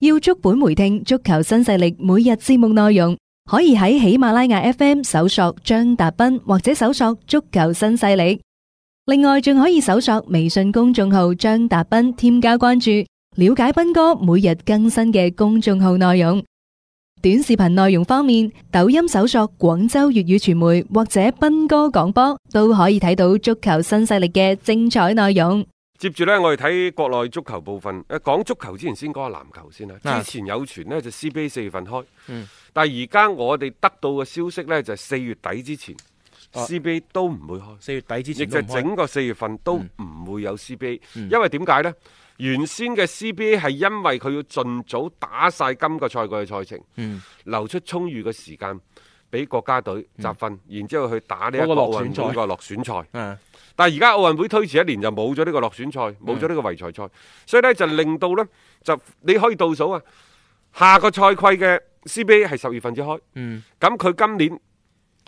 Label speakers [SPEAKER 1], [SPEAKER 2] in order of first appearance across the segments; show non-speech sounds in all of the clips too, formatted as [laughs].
[SPEAKER 1] 要足本回聽足球新勢力每日節目內容，可以喺喜馬拉雅 FM 搜索張達斌或者搜索足球新勢力。另外，仲可以搜索微信公眾號張達斌，添加關注，了解斌哥每日更新嘅公眾號內容。短視頻內容方面，抖音搜索廣州粵語傳媒或者斌哥廣播，都可以睇到足球新勢力嘅精彩內容。
[SPEAKER 2] 接住呢，我哋睇國內足球部分。誒，講足球之前先講下籃球先啦。之前有傳呢，就 CBA 四月份開，
[SPEAKER 3] 嗯
[SPEAKER 2] 但係而家我哋得到嘅消息呢，就係四月底之前、
[SPEAKER 3] 啊
[SPEAKER 2] CBA 都唔會開，
[SPEAKER 3] 四月底之
[SPEAKER 2] 亦
[SPEAKER 3] 前
[SPEAKER 2] 就
[SPEAKER 3] 都唔
[SPEAKER 2] 係
[SPEAKER 3] 開
[SPEAKER 2] 整個四月份都唔會有 CBA、
[SPEAKER 3] 嗯
[SPEAKER 2] 因為點解呢？原先嘅 CBA 係因為佢要盡早打晒今個賽季嘅賽程，
[SPEAKER 3] 嗯
[SPEAKER 2] 留出充裕嘅時間俾國家隊集訓，然之後去打呢一
[SPEAKER 3] 嗯
[SPEAKER 2] 個
[SPEAKER 3] 嗰個落
[SPEAKER 2] 奧
[SPEAKER 3] 選
[SPEAKER 2] 運
[SPEAKER 3] 賽
[SPEAKER 2] 會嘅落選賽。
[SPEAKER 3] 啊
[SPEAKER 2] 但係而家奧運會推遲一年就冇咗呢個落選賽，冇咗呢個圍才
[SPEAKER 3] 嗯
[SPEAKER 2] 賽，所以呢，就令到呢，就你可以倒數啊，下個賽季嘅 CBA 係十月份至開，
[SPEAKER 3] 嗯
[SPEAKER 2] 咁佢今年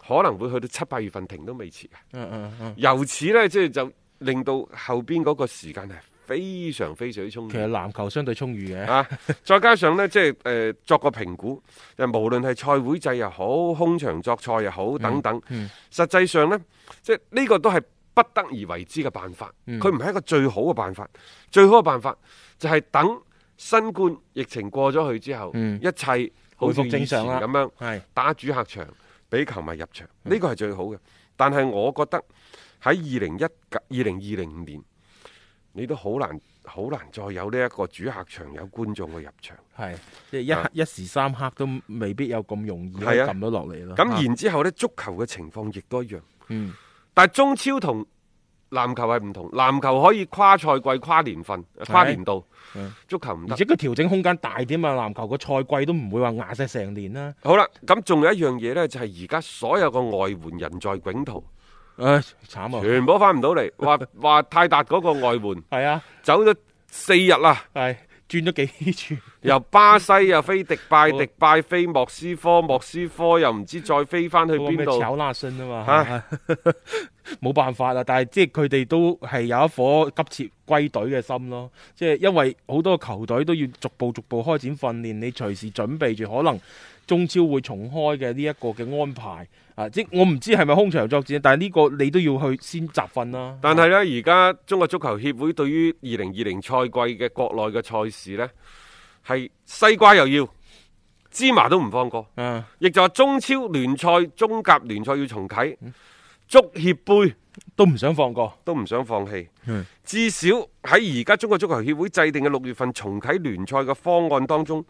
[SPEAKER 2] 可能會去到七八月份停都未遲嘅，
[SPEAKER 3] 嗯嗯嗯，
[SPEAKER 2] 由此呢，即係就令到後邊嗰個時間係非常非常之充
[SPEAKER 3] 其實
[SPEAKER 2] 裕。
[SPEAKER 3] 籃球相對充裕嘅，
[SPEAKER 2] 啊！再加上呢，即係誒、呃作個評估，就無論係賽會制又好，空場作賽又好，等等，
[SPEAKER 3] 嗯
[SPEAKER 2] 實際上呢，即係呢個都係不得而為之嘅辦法，
[SPEAKER 3] 嗯
[SPEAKER 2] 佢唔係一個最好嘅辦法。最好嘅辦法就係等新冠疫情過咗去之後，
[SPEAKER 3] 嗯
[SPEAKER 2] 一切好似
[SPEAKER 3] 恢復正常啦
[SPEAKER 2] 以前咁樣
[SPEAKER 3] 係
[SPEAKER 2] 打主客場，俾球迷入場，
[SPEAKER 3] 嗯
[SPEAKER 2] 呢個係最好嘅。但係我覺得喺二零一二零二零年，你都好難好難再有呢一個主客場有觀眾嘅入場。
[SPEAKER 3] 係即係
[SPEAKER 2] 啊
[SPEAKER 3] 一一時三刻都未必有咁容易可以
[SPEAKER 2] 係啊
[SPEAKER 3] 撳到落嚟咯。
[SPEAKER 2] 咁
[SPEAKER 3] 啊
[SPEAKER 2] 然之後呢，足球嘅情況亦都一樣。
[SPEAKER 3] 嗯
[SPEAKER 2] 但係中超同籃球係唔同，籃球可以跨賽季、跨年份、跨年度
[SPEAKER 3] 嗯，
[SPEAKER 2] 足球唔
[SPEAKER 3] 而
[SPEAKER 2] 得。
[SPEAKER 3] 且佢調整空間大啲嘛，籃球個賽季都唔會話壓晒成年啦。
[SPEAKER 2] 好啦，咁仲有一樣嘢呢，就係而家所有個外援人在囧途，
[SPEAKER 3] 唉，慘啊！
[SPEAKER 2] 全部翻唔到嚟。話話泰達嗰個外援
[SPEAKER 3] 係啊，
[SPEAKER 2] 走咗四日啦，
[SPEAKER 3] 係轉咗幾轉，
[SPEAKER 2] 由巴西又飛迪拜，迪拜飛莫斯科，莫斯科又唔知再飛翻去
[SPEAKER 3] 嗰個
[SPEAKER 2] 邊
[SPEAKER 3] 咩
[SPEAKER 2] 度。
[SPEAKER 3] 炒拉伸啊嘛
[SPEAKER 2] 唉，
[SPEAKER 3] [laughs] 冇辦法啦。但係即係佢哋都係有一顆急切歸隊嘅心咯。即係因為好多球隊都要逐步逐步開展訓練，你隨時準備住可能中超會重開嘅呢一個嘅安排啊。即係我唔知係咪空場作戰，但係呢個你都要去先集訓啦。
[SPEAKER 2] 但係呢，而家中國足球協會對於二零二零賽季嘅國內嘅賽事呢，係西瓜又要，芝麻都唔放過。
[SPEAKER 3] 啊，
[SPEAKER 2] 亦就話中超聯賽、中甲聯賽要重啟，足協杯
[SPEAKER 3] 都唔想放過。
[SPEAKER 2] 都唔想放棄
[SPEAKER 3] 嗯。
[SPEAKER 2] 至少喺而家中國足球協會制定嘅六月份重啟聯賽嘅方案當中，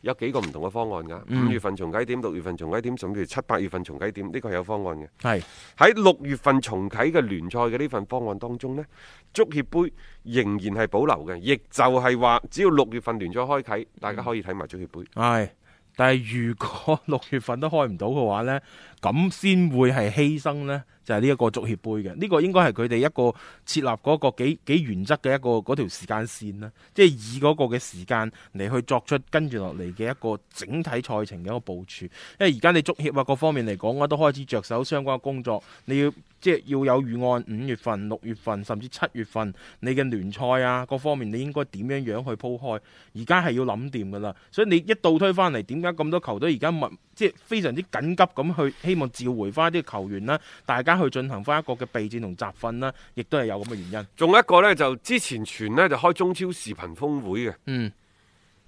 [SPEAKER 2] 有幾個唔同嘅方案㗎。五月份重啟點，六月份重啟點，甚至乎七八月份重啟點，呢個係有方案嘅。
[SPEAKER 3] 係
[SPEAKER 2] 喺六月份重啟嘅聯賽嘅呢份方案當中呢，足協杯仍然係保留嘅，亦就係話只要六月份聯賽開啟，大家可以睇埋足協杯。
[SPEAKER 3] 係，但係如果六月份都開唔到嘅話呢，咁先會係犧牲呢，就係呢一個足協杯嘅。呢、個應該係佢哋一個設立嗰個幾幾原則嘅一個嗰條時間線啦，即係以嗰個嘅時間嚟去作出跟住落嚟嘅一個整體賽程嘅一個部署。因為而家你足協啊各方面嚟講啊，都開始着手相關嘅工作，你要。即係要有預案，五月份、六月份甚至七月份，你嘅聯賽啊，各方面你應該點樣樣去鋪開？而家係要諗掂噶啦，所以你一倒推翻嚟，點解咁多球隊而家密即係非常之緊急咁去希望召回翻啲球員啦，大家去進行翻一個嘅備戰同集訓啦，亦都係有咁嘅原因。
[SPEAKER 2] 仲有一個呢，就之前傳呢，就開中超視頻峰會嘅。
[SPEAKER 3] 嗯，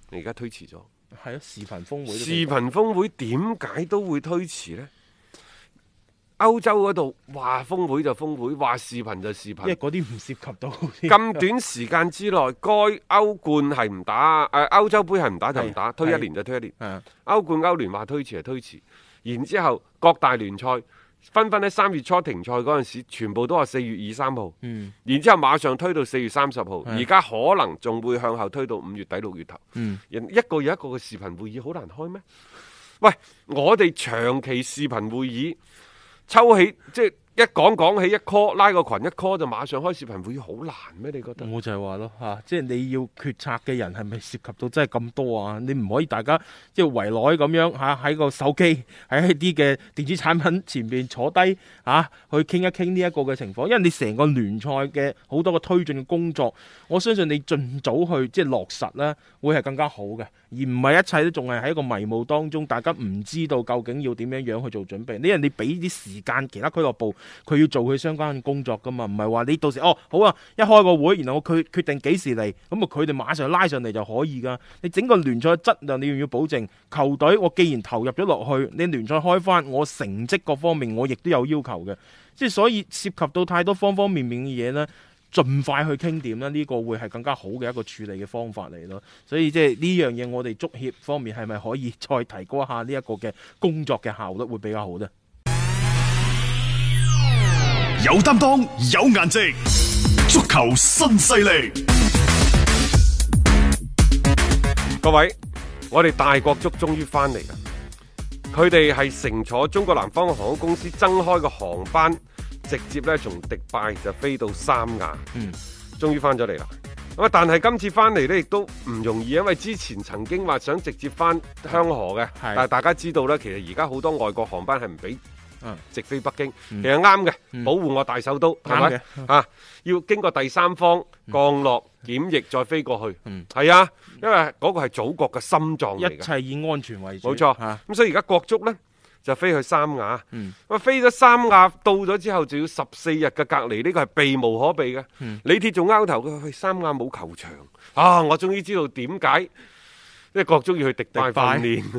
[SPEAKER 2] 你而家推遲咗。
[SPEAKER 3] 係啊，視頻峰會都
[SPEAKER 2] 視頻峰會點解都會推遲呢？歐洲嗰度話峰會就峰會，話視頻就視
[SPEAKER 3] 因為
[SPEAKER 2] 頻。
[SPEAKER 3] 嗰啲唔涉及到
[SPEAKER 2] 咁短時間之內，該歐冠係唔打，誒、歐洲杯係唔打就唔打，
[SPEAKER 3] 係
[SPEAKER 2] 推一
[SPEAKER 3] 係
[SPEAKER 2] 年就推一年。
[SPEAKER 3] [laughs] 啊，
[SPEAKER 2] 歐冠、歐聯話推遲就推遲，然之後各大聯賽紛紛喺三月初停賽嗰陣時，全部都話四月二三號，
[SPEAKER 3] 嗯
[SPEAKER 2] 然之後馬上推到四月三十號，
[SPEAKER 3] 係
[SPEAKER 2] 而家可能仲會向後推到五月底六月頭。
[SPEAKER 3] 嗯，
[SPEAKER 2] 人一個有一個嘅視頻會議好難開咩？喂，我哋長期視頻會議抽起即係一一講講起一 call 拉個群一 call 就馬上開視頻會議，好難咩？你覺得？
[SPEAKER 3] 我就係話咯嚇，即係你要決策嘅人係咪涉及到真係咁多啊？你唔可以大家即係圍內咁樣嚇喺個手機 [laughs] 喺一啲嘅電子產品前面坐低嚇、啊去傾一傾呢一個嘅情況，因為你成個聯賽嘅好多嘅推進嘅工作，我相信你盡早去即係落實啦，會係更加好嘅，而唔係一切都仲係喺一個迷霧當中，大家唔知道究竟要點樣樣去做準備。呢人你俾啲時間其他俱樂部。佢要做佢相關嘅工作噶嘛，唔係話你到時哦好啊，一開個會，然後佢決定幾時嚟，咁啊佢哋馬上拉上嚟就可以噶。你整個聯賽嘅質量你要唔要保證？球隊我既然投入咗落去，你聯賽開翻，我成績各方面我亦都有要求嘅，即係所以涉及到太多方方面面嘅嘢呢。盡快去傾點啦，呢、個會係更加好嘅一個處理嘅方法嚟咯。所以即係呢樣嘢，我哋足協方面係咪可以再提高一下呢一個嘅工作嘅效率，會比較好呢？
[SPEAKER 4] 有担当，有颜值，足球新势力，
[SPEAKER 2] 各位，我哋大國足終於翻嚟啦！佢哋係乘坐中國南方航空公司增開嘅航班，直接咧從迪拜就飛到三亞，
[SPEAKER 3] 嗯，
[SPEAKER 2] 終於翻咗嚟啦。咁啊，但係今次翻嚟呢，亦都唔容易，因為之前曾經話想直接翻香河嘅，但係大家知道咧，其實而家好多外國航班係唔俾
[SPEAKER 3] 嗯
[SPEAKER 2] 直飛北京，
[SPEAKER 3] 嗯
[SPEAKER 2] 其實啱嘅，
[SPEAKER 3] 嗯
[SPEAKER 2] 保護我大首都係
[SPEAKER 3] 啱
[SPEAKER 2] 咪
[SPEAKER 3] 嘅？嗯
[SPEAKER 2] 啊，要經過第三方降落檢疫再飛過去
[SPEAKER 3] 嗯，
[SPEAKER 2] 係啊，因為嗰個係祖國嘅心臟嚟
[SPEAKER 3] 一
[SPEAKER 2] 嘅。
[SPEAKER 3] 切啊以安全為主，
[SPEAKER 2] 冇錯
[SPEAKER 3] 嚇
[SPEAKER 2] 咁所以而家國足呢，就飛去三亞，
[SPEAKER 3] 嗯
[SPEAKER 2] 咁啊飛咗三亞到咗之後就要十四日嘅隔離，呢個係避無可避嘅。
[SPEAKER 3] 嗯
[SPEAKER 2] 李鐵仲拗頭佢去三亞冇球場啊！我終於知道點解，即係國足要去迪拜
[SPEAKER 3] 迪拜
[SPEAKER 2] 訓練。 [laughs]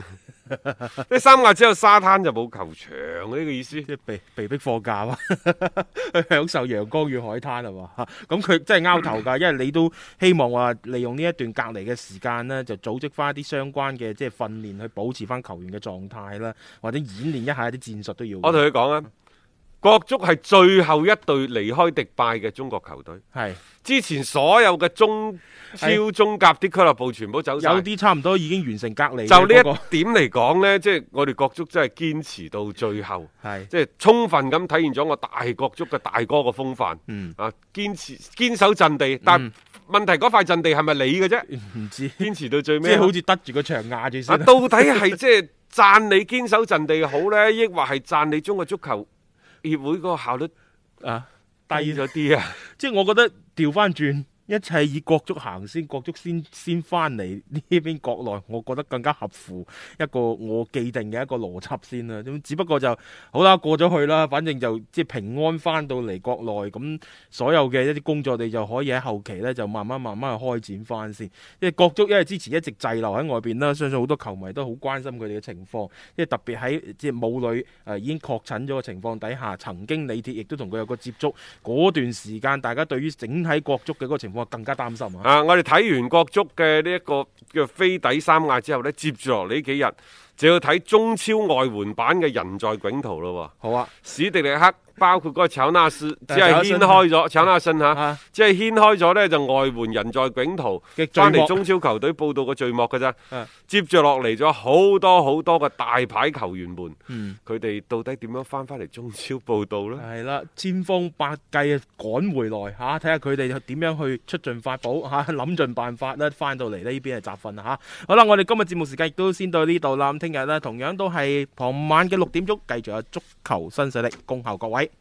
[SPEAKER 2] 即係三亞只有沙灘就冇球場呢個意思。
[SPEAKER 3] 即係被被逼放假嘛， [laughs] 去享受陽光與海灘啊係嘛？ [laughs] 嚇咁佢真係拗
[SPEAKER 2] [laughs]
[SPEAKER 3] 頭㗎，因為你都希望話利用呢一段隔離嘅時間呢，就組織翻一啲相關嘅即係訓練，去保持翻球員嘅狀態啦，或者演練一下啲戰術都要嘅。
[SPEAKER 2] 我同佢講啊，國足係最後一隊離開迪拜嘅中國球隊。
[SPEAKER 3] 係
[SPEAKER 2] 之前所有嘅中超、
[SPEAKER 3] 係
[SPEAKER 2] 中甲啲俱樂部全部走晒。
[SPEAKER 3] 有啲差唔多已經完成隔離嘅
[SPEAKER 2] 就呢
[SPEAKER 3] 嗰個，
[SPEAKER 2] 一點嚟講呢，即係我哋國足真係堅持到最後，
[SPEAKER 3] 係
[SPEAKER 2] 即係充分咁體現咗我大國足嘅大哥嘅風範。
[SPEAKER 3] 嗯
[SPEAKER 2] 啊，堅持堅守陣地，但
[SPEAKER 3] 嗯
[SPEAKER 2] 問題嗰塊陣地係咪你嘅啫？
[SPEAKER 3] 唔知嗯即
[SPEAKER 2] 堅持到最尾
[SPEAKER 3] 係
[SPEAKER 2] 啊，
[SPEAKER 3] 好似得住個牆壓住
[SPEAKER 2] 啊，
[SPEAKER 3] 先。
[SPEAKER 2] 到底係即係讚你堅守陣地好呢，抑或係讚你中國足球協會嗰個效率
[SPEAKER 3] 啊
[SPEAKER 2] 低
[SPEAKER 3] 低
[SPEAKER 2] 咗啲啊？
[SPEAKER 3] 即係我覺得調翻轉，一切以國足行先，國足先先翻嚟呢邊國內，我覺得更加合乎一個我既定嘅一個邏輯先啦。咁只不過就好啦，過咗去啦，反正就即係平安翻到嚟國內，咁所有嘅一啲工作你就可以喺後期咧就慢慢慢慢去開展翻先。因為國足因為之前一直滯留喺外邊啦，相信好多球迷都好關心佢哋嘅情況。即係特別喺即係母女誒、呃已經確診咗嘅情況底下，曾經李鐵亦都同佢有個接觸，嗰段時間大家對於整體國足嘅嗰個情況更加擔心啊！
[SPEAKER 2] 啊！我哋睇完國足嘅呢一個叫飛抵三亞之後呢，接住落嚟呢幾日就要睇中超外援版嘅人在囧途咯喎。
[SPEAKER 3] 好啊，
[SPEAKER 2] 史迪力克包括嗰個炒納斯，只
[SPEAKER 3] 誒
[SPEAKER 2] 係掀開咗炒納信嚇，
[SPEAKER 3] 啊
[SPEAKER 2] 只係掀開咗呢，就外援人在囧途，
[SPEAKER 3] 嘅序
[SPEAKER 2] 翻嚟
[SPEAKER 3] 幕
[SPEAKER 2] 中超球隊報道個序幕㗎咋
[SPEAKER 3] 啊。
[SPEAKER 2] 接住落嚟咗好多好多個大牌球員們，
[SPEAKER 3] 嗯
[SPEAKER 2] 佢哋到底點樣翻翻嚟中超報道呢？
[SPEAKER 3] 係啦，千方百計啊趕回來嚇，睇下佢哋點樣去出盡法寶嚇， [laughs] 諗盡辦法咧，翻到嚟呢邊係集訓嚇。好啦，我哋今日節目時間亦都先到呢度啦。咁聽日咧，同樣都係傍晚嘅六點鐘，繼續有足球新勢力，恭候各位。